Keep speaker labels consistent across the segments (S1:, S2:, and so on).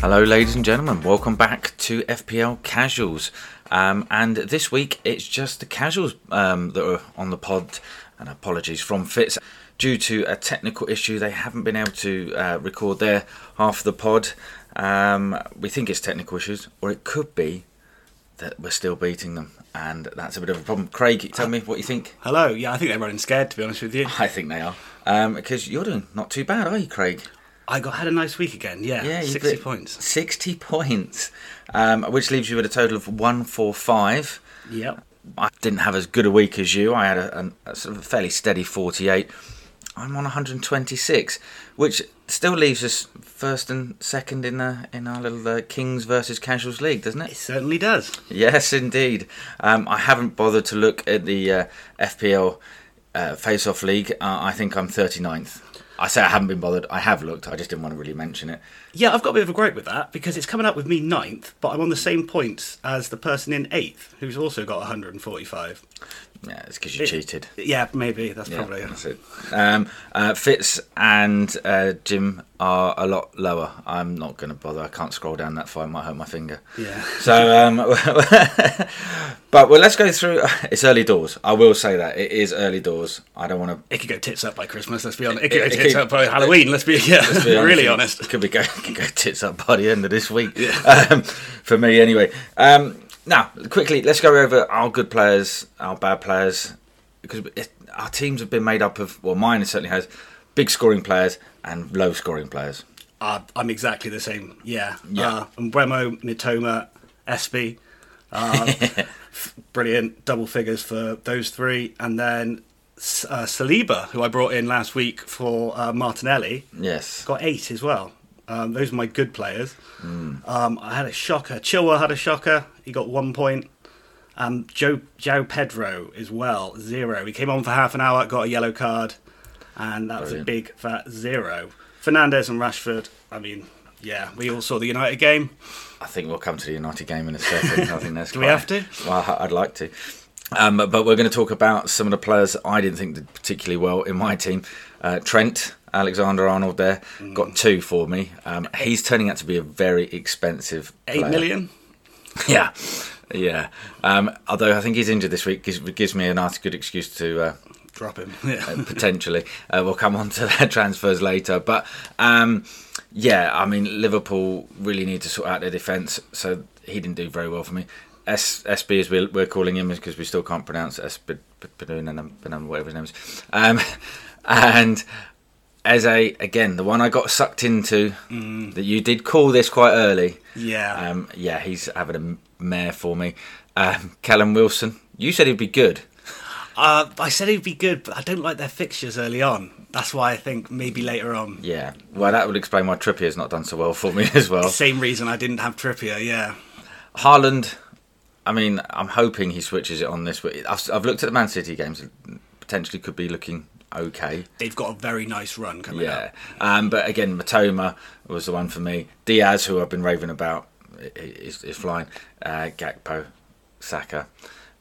S1: Hello, ladies and gentlemen. Welcome back to FPL Casuals. Um, and this week it's just the casuals um, that are on the pod. And apologies from Fitz. Due to a technical issue, they haven't been able to uh, record their half of the pod. Um, we think it's technical issues, or it could be that we're still beating them. And that's a bit of a problem. Craig, tell me what you think.
S2: Hello. Yeah, I think they're running scared, to be honest with you.
S1: I think they are. Um, because you're doing not too bad, are you, Craig?
S2: I got had a nice week again. Yeah,
S1: Yeah, you've
S2: 60
S1: got-
S2: points.
S1: 60 points, um, which leaves you with a total of 145.
S2: Yep.
S1: I didn't have as good a week as you. I had a, an- a sort of a fairly steady 48. I'm on 126, which still leaves us first and second in the in our little uh, Kings versus Casuals league, doesn't
S2: It
S1: it?
S2: certainly does.
S1: Yes, indeed. Um, I haven't bothered to look at the uh, FPL uh, Face Off League. Uh, I think I'm 39th. I say I haven't been bothered. I have looked. I just didn't want to really mention it.
S2: Yeah, I've got a bit of a gripe with that because it's coming up with me ninth, but I'm on the same points as the person in eighth who's also got 145.
S1: Yeah, it's because you cheated.
S2: Yeah, maybe. That's
S1: Yeah,
S2: probably
S1: that's it. Um, uh, Fitz and uh, Jim are a lot lower. I'm not going to bother. I can't scroll down that far. It might hurt my finger.
S2: Yeah.
S1: So, um, but well, let's go through. It's early doors. I will say that it is early doors. I don't want to.
S2: It could go tits up by Christmas, let's be honest.
S1: It-
S2: It could
S1: it
S2: go tits
S1: could-
S2: up by Halloween, let's be, yeah, really honest.
S1: Could be go, could go tits up by the end of this week. Um, for me, anyway. Um, now, quickly, let's go over our good players, our bad players, because it, our teams have been made up of. Well, mine certainly has big scoring players and low scoring players.
S2: Uh, I'm exactly the same. Yeah.
S1: Yeah.
S2: Uh, and Bremo, Nitoma, Espy. Um, f- brilliant. Double figures for those three. And then S- uh, Saliba, who I brought in last week for uh, Martinelli,
S1: Yes.
S2: got eight as well. Um, those are my good players.
S1: Hmm.
S2: Um, I had a shocker. Chilwell had a shocker. He got one point. Um, Joe, Joe Pedro as well, zero. He came on for half an hour, got a yellow card, and that was a
S1: Brilliant.
S2: big fat zero. Fernandez and Rashford, I mean, yeah, we all saw the United game.
S1: I think we'll come to the United game in a second. I think that's
S2: Do we
S1: quite-
S2: have to?
S1: Well, I- I'd like to. Um, but but we're going to talk about some of the players that I didn't think did particularly well in my team. Uh, Trent Alexander Arnold there
S2: Mm.
S1: got two for me. Um, he's turning out to be a very expensive
S2: Eight
S1: player.
S2: million?
S1: Yeah, yeah. Um, although I think he's injured this week, gives, gives me a nice good excuse to uh,
S2: Drop him. Yeah.
S1: potentially. Uh, we'll come on to their transfers later. But um, yeah, I mean, Liverpool really need to sort out their defence, so he didn't do very well for me. S- SB, as we're, we're calling him, because we still can't pronounce SB, whatever his name is. Um, and Eze, again, the one I got sucked into, that you did call this quite early.
S2: Yeah.
S1: Um, yeah, he's having a m- mare for me. Um, Callum Wilson, you said he'd be good.
S2: Uh, I said he'd be good, but I don't like their fixtures early on. That's why I think maybe later on.
S1: Yeah, well, that would explain why Trippier's not done so well for me as well.
S2: Same reason I didn't have Trippier, yeah.
S1: Haaland, I mean, I'm hoping he switches it on this week. I've, I've looked at the Man City games, potentially could be looking okay.
S2: They've got a very nice run coming up.
S1: Yeah, um, but again, Matoma was the one for me. Diaz, who I've been raving about, i- i- is, is flying. Uh, Gakpo, Saka,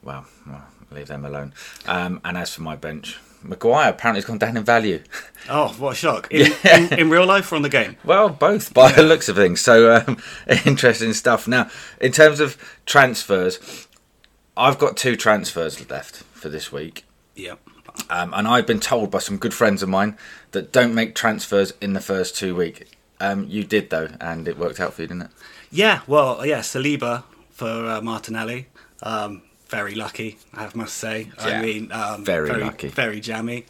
S1: well, well, leave them alone. Um, and as for my bench, Maguire apparently has gone down in value.
S2: Oh, what a shock. In, in, in real life or on the game?
S1: Well, both by the looks of things. So um, interesting stuff. Now, in terms of transfers, I've got two transfers left for this week.
S2: Yeah.
S1: Um, and I've been told by some good friends of mine that don't make transfers in the first two week. Um, you did though, and it worked out for you, didn't it?
S2: Yeah, well, yeah, Saliba for uh, Martinelli. Um, very lucky, I must say.
S1: Yeah.
S2: I mean, um,
S1: Very lucky. Uh,
S2: Very jammy.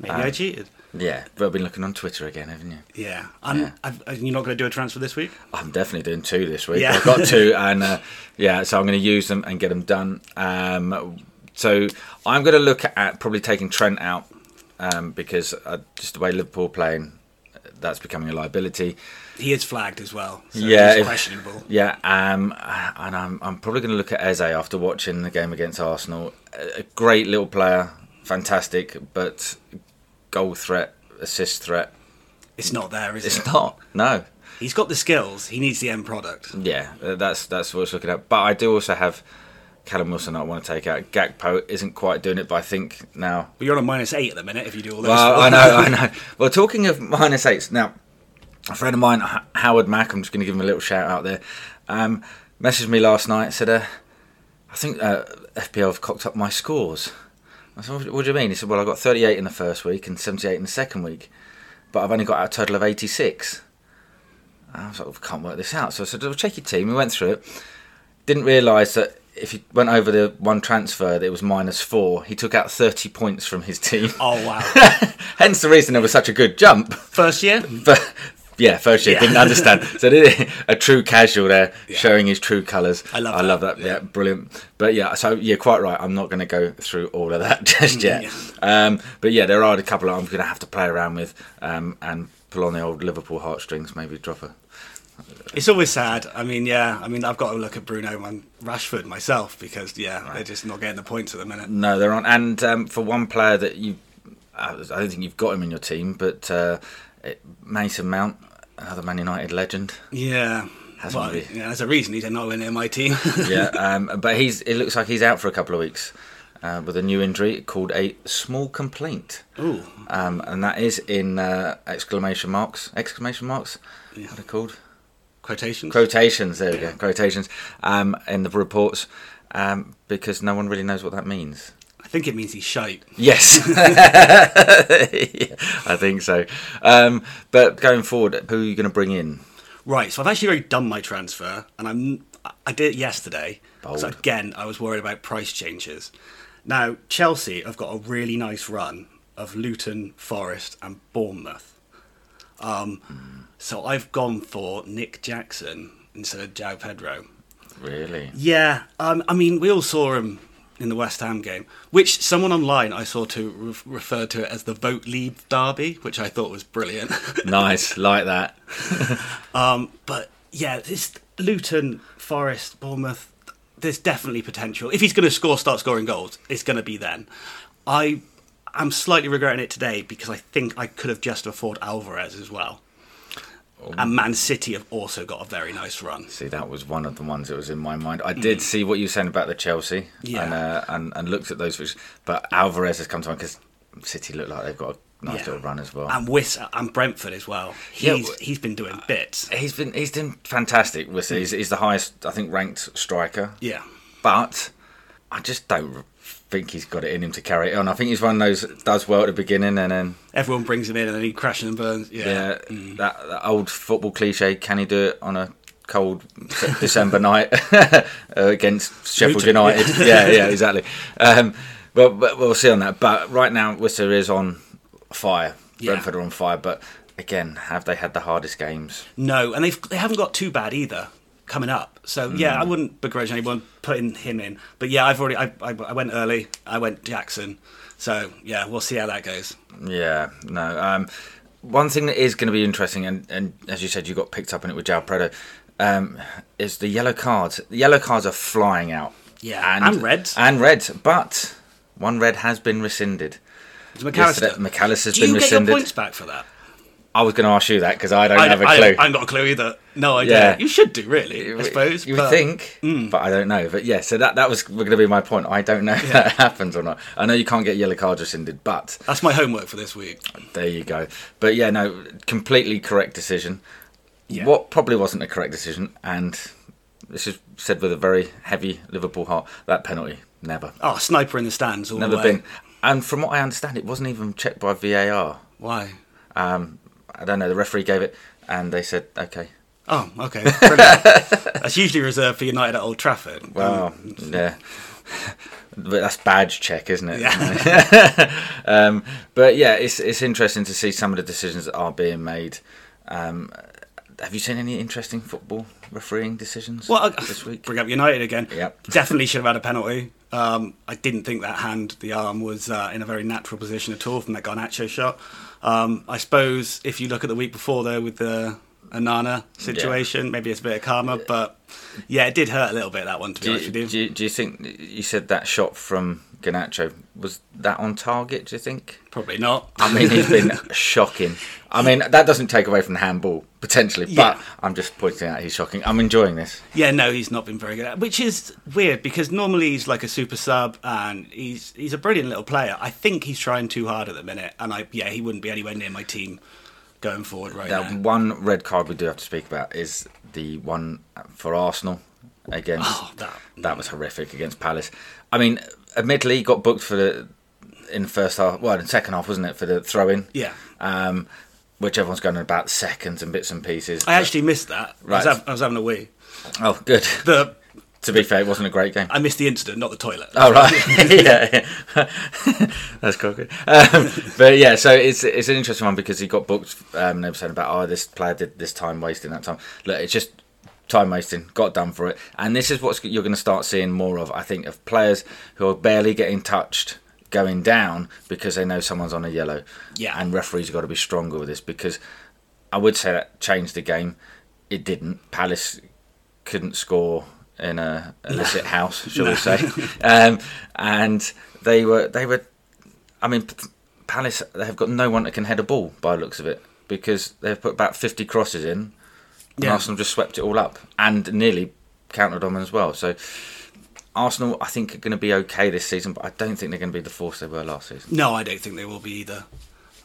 S2: Maybe I cheated.
S1: Yeah, but I've been looking on Twitter again, haven't you?
S2: Yeah. And
S1: Yeah.
S2: I've, and you're not going to do a transfer this week?
S1: I'm definitely doing two this week.
S2: Yeah.
S1: I've got two, and uh, yeah, so I'm going to use them and get them done. Um, so I'm going to look at probably taking Trent out um, because uh, just the way Liverpool playing, that's becoming a liability.
S2: He is flagged as well. So
S1: Yeah,
S2: He's
S1: if-
S2: questionable.
S1: Yeah, um, and I'm, I'm probably going to look at Eze after watching the game against Arsenal. A a great little player, fantastic, but goal threat, assist threat,
S2: It's not there, is
S1: it's
S2: it?
S1: not. No,
S2: He's got the skills. He needs the end product.
S1: Yeah, uh, that's that's what I was looking at. But I do also have Callum Wilson. I want to take out Gakpo. Isn't quite doing it, but I think now.
S2: But you're on a minus eight at the minute if you do all those.
S1: Well, I know, I know. Well, talking of minus eights now, a friend of mine, H- Howard Mack, I'm just going to give him a little shout out there, um, messaged me last night said, uh, I think uh, FPL have cocked up my scores. I said, "What- what do you mean? He said, well, I got 38 in the first week and 78 in the second week, but I've only got a total of 86. I was like, "Well, can't work this out. So I said, well, check your team. We went through it. Didn't realise that if you went over the one transfer, that it was minus four. He took out 30 points from his team.
S2: Oh wow!
S1: Hence the reason there was such a good jump.
S2: First year,
S1: But yeah, first year
S2: Yeah.
S1: didn't understand. So did a true casual there showing his true colours.
S2: I love
S1: I
S2: that.
S1: love that. Yeah. brilliant. But yeah, so you're quite right. I'm not going to go through all of that just yet.
S2: Mm, Yeah.
S1: Um, but yeah, there are a couple I'm going to have to play around with um, and pull on the old Liverpool heartstrings. Maybe drop a
S2: it's always sad. I mean, yeah. I mean, I've got to look at Bruno and Rashford myself because yeah, they're just not getting the points at the minute.
S1: No, there aren't. And um, for one player that you, I don't think you've got him in your team, but uh, it- Mason Mount, another Man United legend.
S2: Yeah.
S1: Hasn't
S2: Well,
S1: really-
S2: yeah, there's a reason he's not in my team.
S1: yeah, um, but he's. It looks like he's out for a couple of weeks uh, with a new injury called a small complaint,
S2: Ooh,
S1: um, and that is in uh, exclamation marks. Exclamation marks.
S2: Yeah.
S1: What are they called?
S2: quotations.
S1: Quotations. There we go. Quotations. Um, in the reports, um, because no one really knows what that means.
S2: I think it means he's shite.
S1: Yes, I think so. Um, but going forward, who are you going to bring in?
S2: Right, so I've actually already done my transfer, and I'm I did it yesterday.
S1: Bold.
S2: So again, I was worried about price changes. Now Chelsea have got a really nice run of Luton, Forest, and Bournemouth. Um, So I've gone for Nick Jackson instead of Jao Pedro.
S1: Really?
S2: Yeah, um, I mean, we all saw him in the West Ham game, which someone online I saw to re- refer to it as the vote leave derby, which I thought was brilliant.
S1: Nice, like that.
S2: Um, but yeah, this Luton, Forest, Bournemouth, there's definitely potential. If he's going to score, start scoring goals, it's going to be then. I am slightly regretting it today because I think I could have just afforded Alvarez as well. And Man City have also got a very nice run.
S1: See, that was one of the ones that was in my mind. I did see what you were saying about the Chelsea,
S2: Mm. Yeah.
S1: and, uh, and and looked at those, which, but Alvarez has come to mind because City look like they've got a nice
S2: Yeah. Um,
S1: little run as well.
S2: And Wiss and Brentford as well.
S1: Yeah,
S2: He's he's been doing bits.
S1: he's been he's been fantastic. With he's, he's the highest I think ranked striker,
S2: Mm. Yeah.
S1: but I just don't think he's got it in him to carry it on. I think he's one of those that does well at the beginning and then
S2: Everyone brings him in and then he crashes and burns. Yeah.
S1: yeah, that, that old football cliche. Can he do it on a cold se- December night uh, against Sheffield
S2: Luton,
S1: United? Yeah, yeah, exactly. Um, well, but we'll see on that. But right now, Worcester is on fire.
S2: Yeah.
S1: Brentford are on fire, but again, have they had the hardest games?
S2: No, and they've they haven't got too bad either coming up. So yeah, I
S1: Hmm.
S2: wouldn't begrudge anyone putting him in. But yeah, I've already I, I, I went early. I went Jackson. So yeah, we'll see how that goes.
S1: Yeah, no. Um, one thing that is going to be interesting, and, and as you said, you got picked up on it with Jao Predo, um, is the yellow cards. The yellow cards are flying out.
S2: Yeah, and reds.
S1: And reds, but one red has been rescinded.
S2: It's McAllister.
S1: Yesterday- McAllister's
S2: Do
S1: been
S2: you get your
S1: rescinded.
S2: points back for that?
S1: I was going to ask you that because I don't have a
S2: I,
S1: clue.
S2: I haven't got a clue either. No idea.
S1: Yeah.
S2: You should do really, I
S1: W-
S2: suppose.
S1: you would
S2: but hmm.
S1: think, but I don't know. But yeah, so that that was going to be my point. I don't know if that happens or not. I know you can't get yellow cards rescinded, but
S2: That's my homework for this week.
S1: There you go. But yeah, no, completely correct decision.
S2: Yeah.
S1: What probably wasn't a correct decision, and this is said with a very heavy Liverpool heart. That penalty, never,
S2: Oh, sniper in the stands all
S1: never
S2: the way.
S1: been. And from what I understand, it wasn't even checked by VAR.
S2: Why?
S1: Um, I don't know. The referee gave it, and they said, "Okay."
S2: Oh, okay. Brilliant. That's usually reserved for United at Old Trafford.
S1: Well,
S2: Oh.
S1: yeah. But that's badge check, isn't it?
S2: Yeah.
S1: um, but yeah, it's it's interesting to see some of the decisions that are being made. Um, have you seen any interesting football refereeing decisions
S2: Well, I,
S1: this week?
S2: bring up United again.
S1: Yep.
S2: Definitely should have had a penalty. Um, I didn't think that hand, the arm, was uh, in a very natural position at all from that Garnacho shot. Um, I suppose if you look at the week before, though, with the Anana situation, maybe it's a bit of karma, but yeah, it did hurt a little bit, that one, to be
S1: Do
S2: honest
S1: you,
S2: with you.
S1: do, you, do you think you said that shot from Ganacho was that on target? Do you think?
S2: Probably not.
S1: I mean, he's been shocking. I mean, that doesn't take away from the handball potentially,
S2: Yeah.
S1: but I'm just pointing out he's shocking. I'm enjoying this.
S2: Yeah, no, he's not been very good at which is weird because normally he's like a super sub and he's he's a brilliant little player. I think he's trying too hard at the minute and I yeah, he wouldn't be anywhere near my team going forward right
S1: That
S2: now.
S1: one red card we do have to speak about is the one for Arsenal against.
S2: Oh, that-
S1: that was horrific against Palace. I mean, admittedly, he got booked for the in the first half. Well, in the second half, wasn't it, for the throw in?
S2: Yeah.
S1: Um, which everyone's going on about seconds and bits and pieces.
S2: I actually missed that. I, was
S1: Right.
S2: hav- I was having a wee.
S1: Oh, good.
S2: The
S1: to be fair, it wasn't a great game.
S2: I missed the incident, not the toilet.
S1: Oh right, yeah, yeah. that's cocky. Um, but yeah, so it's it's an interesting one because he got booked. Um, and they were saying about oh, this player did this time wasting that time. Look, it's just time wasting. Got done for it, and this is what you're going to start seeing more of. I think of players who are barely getting touched going down because they know someone's on a yellow.
S2: Yeah.
S1: and referees have got to be stronger with this because I would say that changed the game. It didn't. Palace couldn't score in a illicit house, shall we say? Um, and they were they were. I mean, P- Palace they have got no one that can head a ball by the looks of it because they've put about fifty crosses in. And
S2: Yeah.
S1: Arsenal just swept it all up and nearly countered on as well. So Arsenal, I think, are going to be okay this season, but I don't think they're going to be the force they were last season.
S2: No, I don't think they will be either.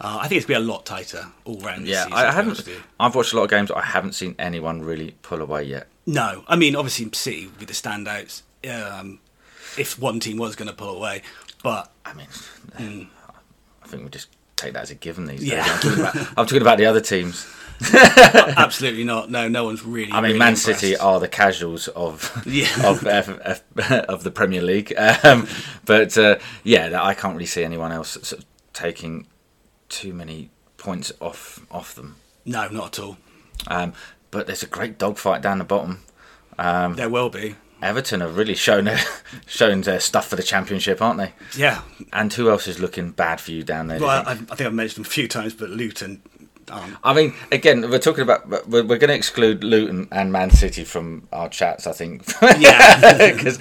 S2: Uh, I think it's going to be a lot tighter all round. this
S1: Yeah,
S2: season, to
S1: I
S2: be
S1: haven't.
S2: honest with you.
S1: I've watched a lot of games. I haven't seen anyone really pull away yet.
S2: No, I mean obviously City would be the standouts um, if one team was going to pull away, but
S1: I mean, I think we just take that as a given these
S2: Yeah.
S1: days. I'm talking, about, I'm talking about the other teams.
S2: absolutely not. No, no one's really.
S1: I mean, Man City are the casuals of
S2: Yeah.
S1: of F, F, of the Premier League. Um, but uh, yeah, I can't really see anyone else sort of taking too many points off off them.
S2: No, not at all.
S1: Um, but there's a great dogfight down the bottom. Um,
S2: there will be.
S1: Everton have really shown their, shown their stuff for the Championship, aren't they?
S2: Yeah,
S1: And who else is looking bad for you down there? do you
S2: well,
S1: think?
S2: I, I think I've mentioned a few times, but Luton. Um,
S1: I mean, again, we're talking about we're, we're going to exclude Luton and Man City from our chats, I think.
S2: yeah,
S1: Because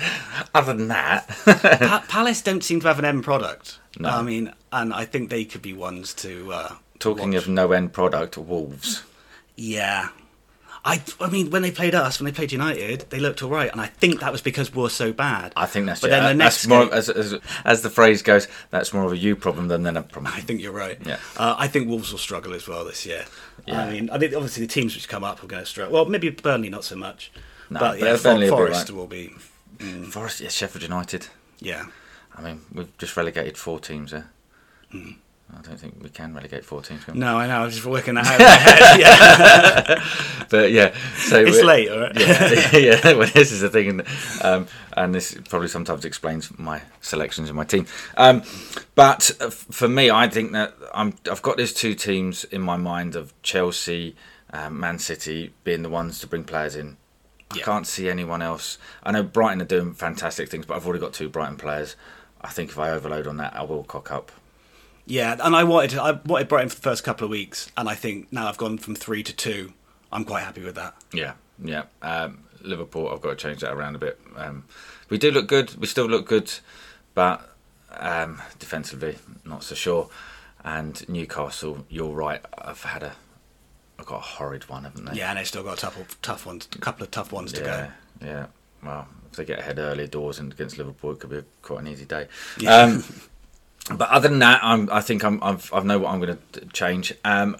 S1: other than that,
S2: pa- Palace don't seem to have an end product.
S1: No.
S2: I mean, and I think they could be ones to. Uh,
S1: talking
S2: watch.
S1: of no end product, Wolves.
S2: yeah. I, I mean, when they played us, when they played United, they looked all right, and I think that was because we're so bad.
S1: I think that's
S2: But
S1: ju- uh,
S2: then the
S1: that's
S2: next
S1: more
S2: game-
S1: as, as as the phrase goes, that's more of a you problem than than a problem.
S2: I think you're right.
S1: Yeah.
S2: Uh, I think Wolves will struggle as well this year.
S1: Yeah.
S2: I mean, I think obviously the teams which come up are going to struggle. Well, maybe Burnley not so much.
S1: No,
S2: but
S1: but
S2: yeah,
S1: Burnley
S2: For-
S1: will be
S2: Forest
S1: right.
S2: will be.
S1: Forest, yeah, Sheffield United.
S2: Yeah.
S1: I mean, we've just relegated four teams there.
S2: Hmm.
S1: I don't think we can relegate four teams. Can we?
S2: No, I know. I was just working that out in my head. Yeah.
S1: But yeah, so
S2: It's
S1: we're-
S2: late, all right?
S1: yeah, yeah. Well, this is the thing, and, um, and this probably sometimes explains my selections in my team. Um, but uh, f- for me, I think that I'm, I've got these two teams in my mind of Chelsea, um, Man City being the ones to bring players in. I
S2: Yeah.
S1: can't see anyone else. I know Brighton are doing fantastic things, but I've already got two Brighton players. I think if I overload on that, I will cock up.
S2: Yeah, and I wanted I wanted Brighton for the first couple of weeks, and I think now I've gone from three to two. I'm quite happy with that.
S1: Yeah, yeah. Um, Liverpool, I've got to change that around a bit. Um, we do look good. We still look good, but um, defensively, not so sure. And Newcastle, you're right. I've had a, I've got a horrid one, haven't they?
S2: Yeah, and they still got a tough, tough ones, couple of tough ones to go.
S1: yeah, yeah. Well, if they get ahead early doors and against Liverpool, it could be quite an easy day.
S2: Yeah.
S1: Um, but other than that, I'm, I think I'm, I've, I know what I'm going to change. Um,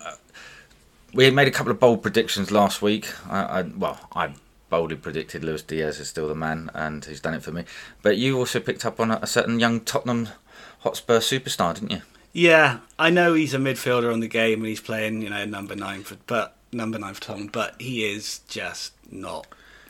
S1: we had made a couple of bold predictions last week. I, I, well, I boldly predicted Luis Diaz is still the man, and he's done it for me. But you also picked up on a, a certain young Tottenham Hotspur superstar, didn't you?
S2: Yeah, I know he's a midfielder on the game and he's playing, you know, number nine for but number nine for Tottenham, but he is just not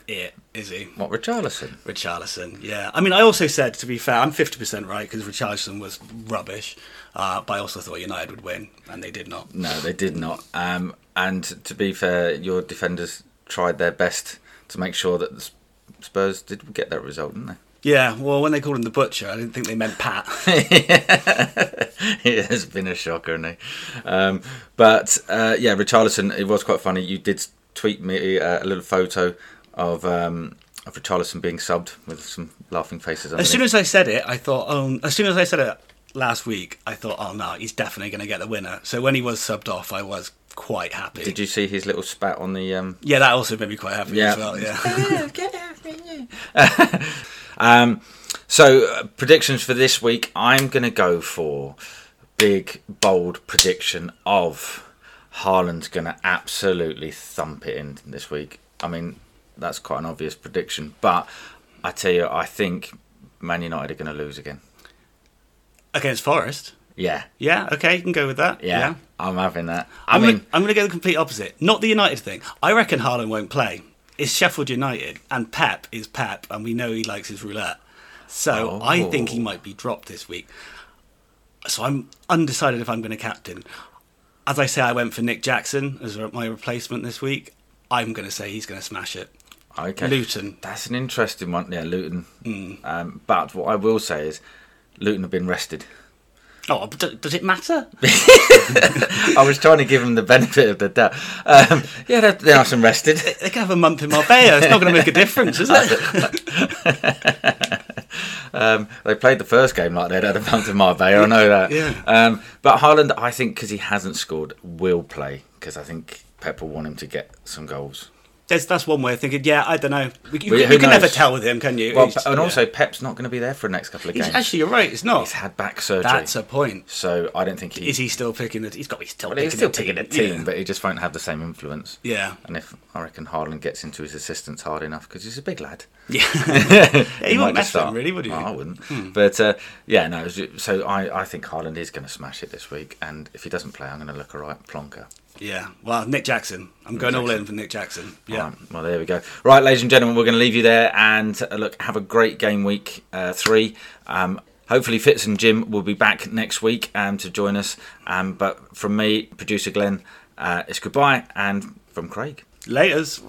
S2: it, is he?
S1: What, Richarlison?
S2: Richarlison, yeah. I mean, I also said to be fair, I'm 50% right because Richarlison was rubbish, uh, but I also thought United would win, and they did not.
S1: No, they did not. Um, and to be fair, your defenders tried their best to make sure that the Sp- Spurs did get that result, didn't
S2: Yeah, well, when they called him the butcher, I didn't think they meant Pat.
S1: they? it has been a shocker, hasn't it? Um, but uh, yeah, Richarlison, it was quite funny. You did tweet me uh, a little photo of um, of Richarlison being subbed with some laughing faces.
S2: as
S1: Underneath.
S2: soon as I said it, I thought, oh, as soon as I said it last week, I thought, oh no, he's definitely going to get the winner. So when he was subbed off, I was quite happy.
S1: did you see his little spat on the? Um,
S2: Yeah, that also made me quite happy
S1: Yeah.
S2: as well. Yeah.
S1: Um, so uh, predictions for this week, I'm going to go for big bold prediction of Haaland's going to absolutely thump it in this week. I mean, that's quite an obvious prediction, but I tell you, I think Man United are going to lose again.
S2: Against Forest.
S1: Yeah,
S2: Yeah, okay, you can go with that.
S1: yeah, I'm having that. I
S2: I'm,
S1: mean,
S2: gonna, I'm gonna go the complete opposite. Not the United thing. I reckon Haaland won't play. It's Sheffield United, and Pep is Pep, and we know he likes his roulette. So I
S1: Oh.
S2: think he might be dropped this week. So I'm undecided if I'm going to captain. As I say, I went for Nick Jackson as my replacement this week. I'm going to say he's going to smash it.
S1: Okay.
S2: Luton. Mm.
S1: That's an interesting one. Yeah, Luton. Um, but what I will say is, Luton have been rested.
S2: Oh, but d- does it matter?
S1: I was trying to give them the benefit of the doubt. Um, yeah, they- they are some rested.
S2: They can have a month in Marbella. It's not going to make a difference, is it?
S1: Um, they played the first game like they'd had a month in Marbella. I know that.
S2: Yeah.
S1: Um, but Haaland, I think, because he hasn't scored, will play because I think Pep will want him to get some goals.
S2: That's, that's one way of thinking. Yeah, I don't know. You, you
S1: Well, yeah, who
S2: can never
S1: knows?
S2: tell with him, can you?
S1: Well,
S2: He's-
S1: and
S2: yeah.
S1: also Pep's not going to be there for the next couple of
S2: He's-
S1: games.
S2: actually, you're right. It's not.
S1: He's had back surgery,
S2: That's a point.
S1: so I don't think he.
S2: Is he still picking the? He's got. He's still.
S1: Well,
S2: picking
S1: he's still
S2: the
S1: picking a
S2: team.
S1: team, but he just won't have the same influence.
S2: Yeah.
S1: And if I reckon Haaland gets into his assistants hard enough, because he's a big lad,
S2: Yeah. he,
S1: might
S2: wouldn't
S1: just
S2: mess with
S1: start.
S2: him, really, would he? Hmm.
S1: No, I wouldn't. But uh, yeah, no. it was ju- So I, I think Haaland is going to smash it this week, and if he doesn't play, I'm going to look a right plonker.
S2: Yeah. Well, Nick Jackson. I'm going all in for Nick Jackson. Yeah.
S1: Right, well, there we go. Right, ladies and gentlemen, we're going to leave you there, and uh, look, have a great game week uh, three. Um, hopefully, Fitz and Jim will be back next week um, to join us. Um, but from me, producer Glenn, uh, it's goodbye, and from Craig.
S2: Laters.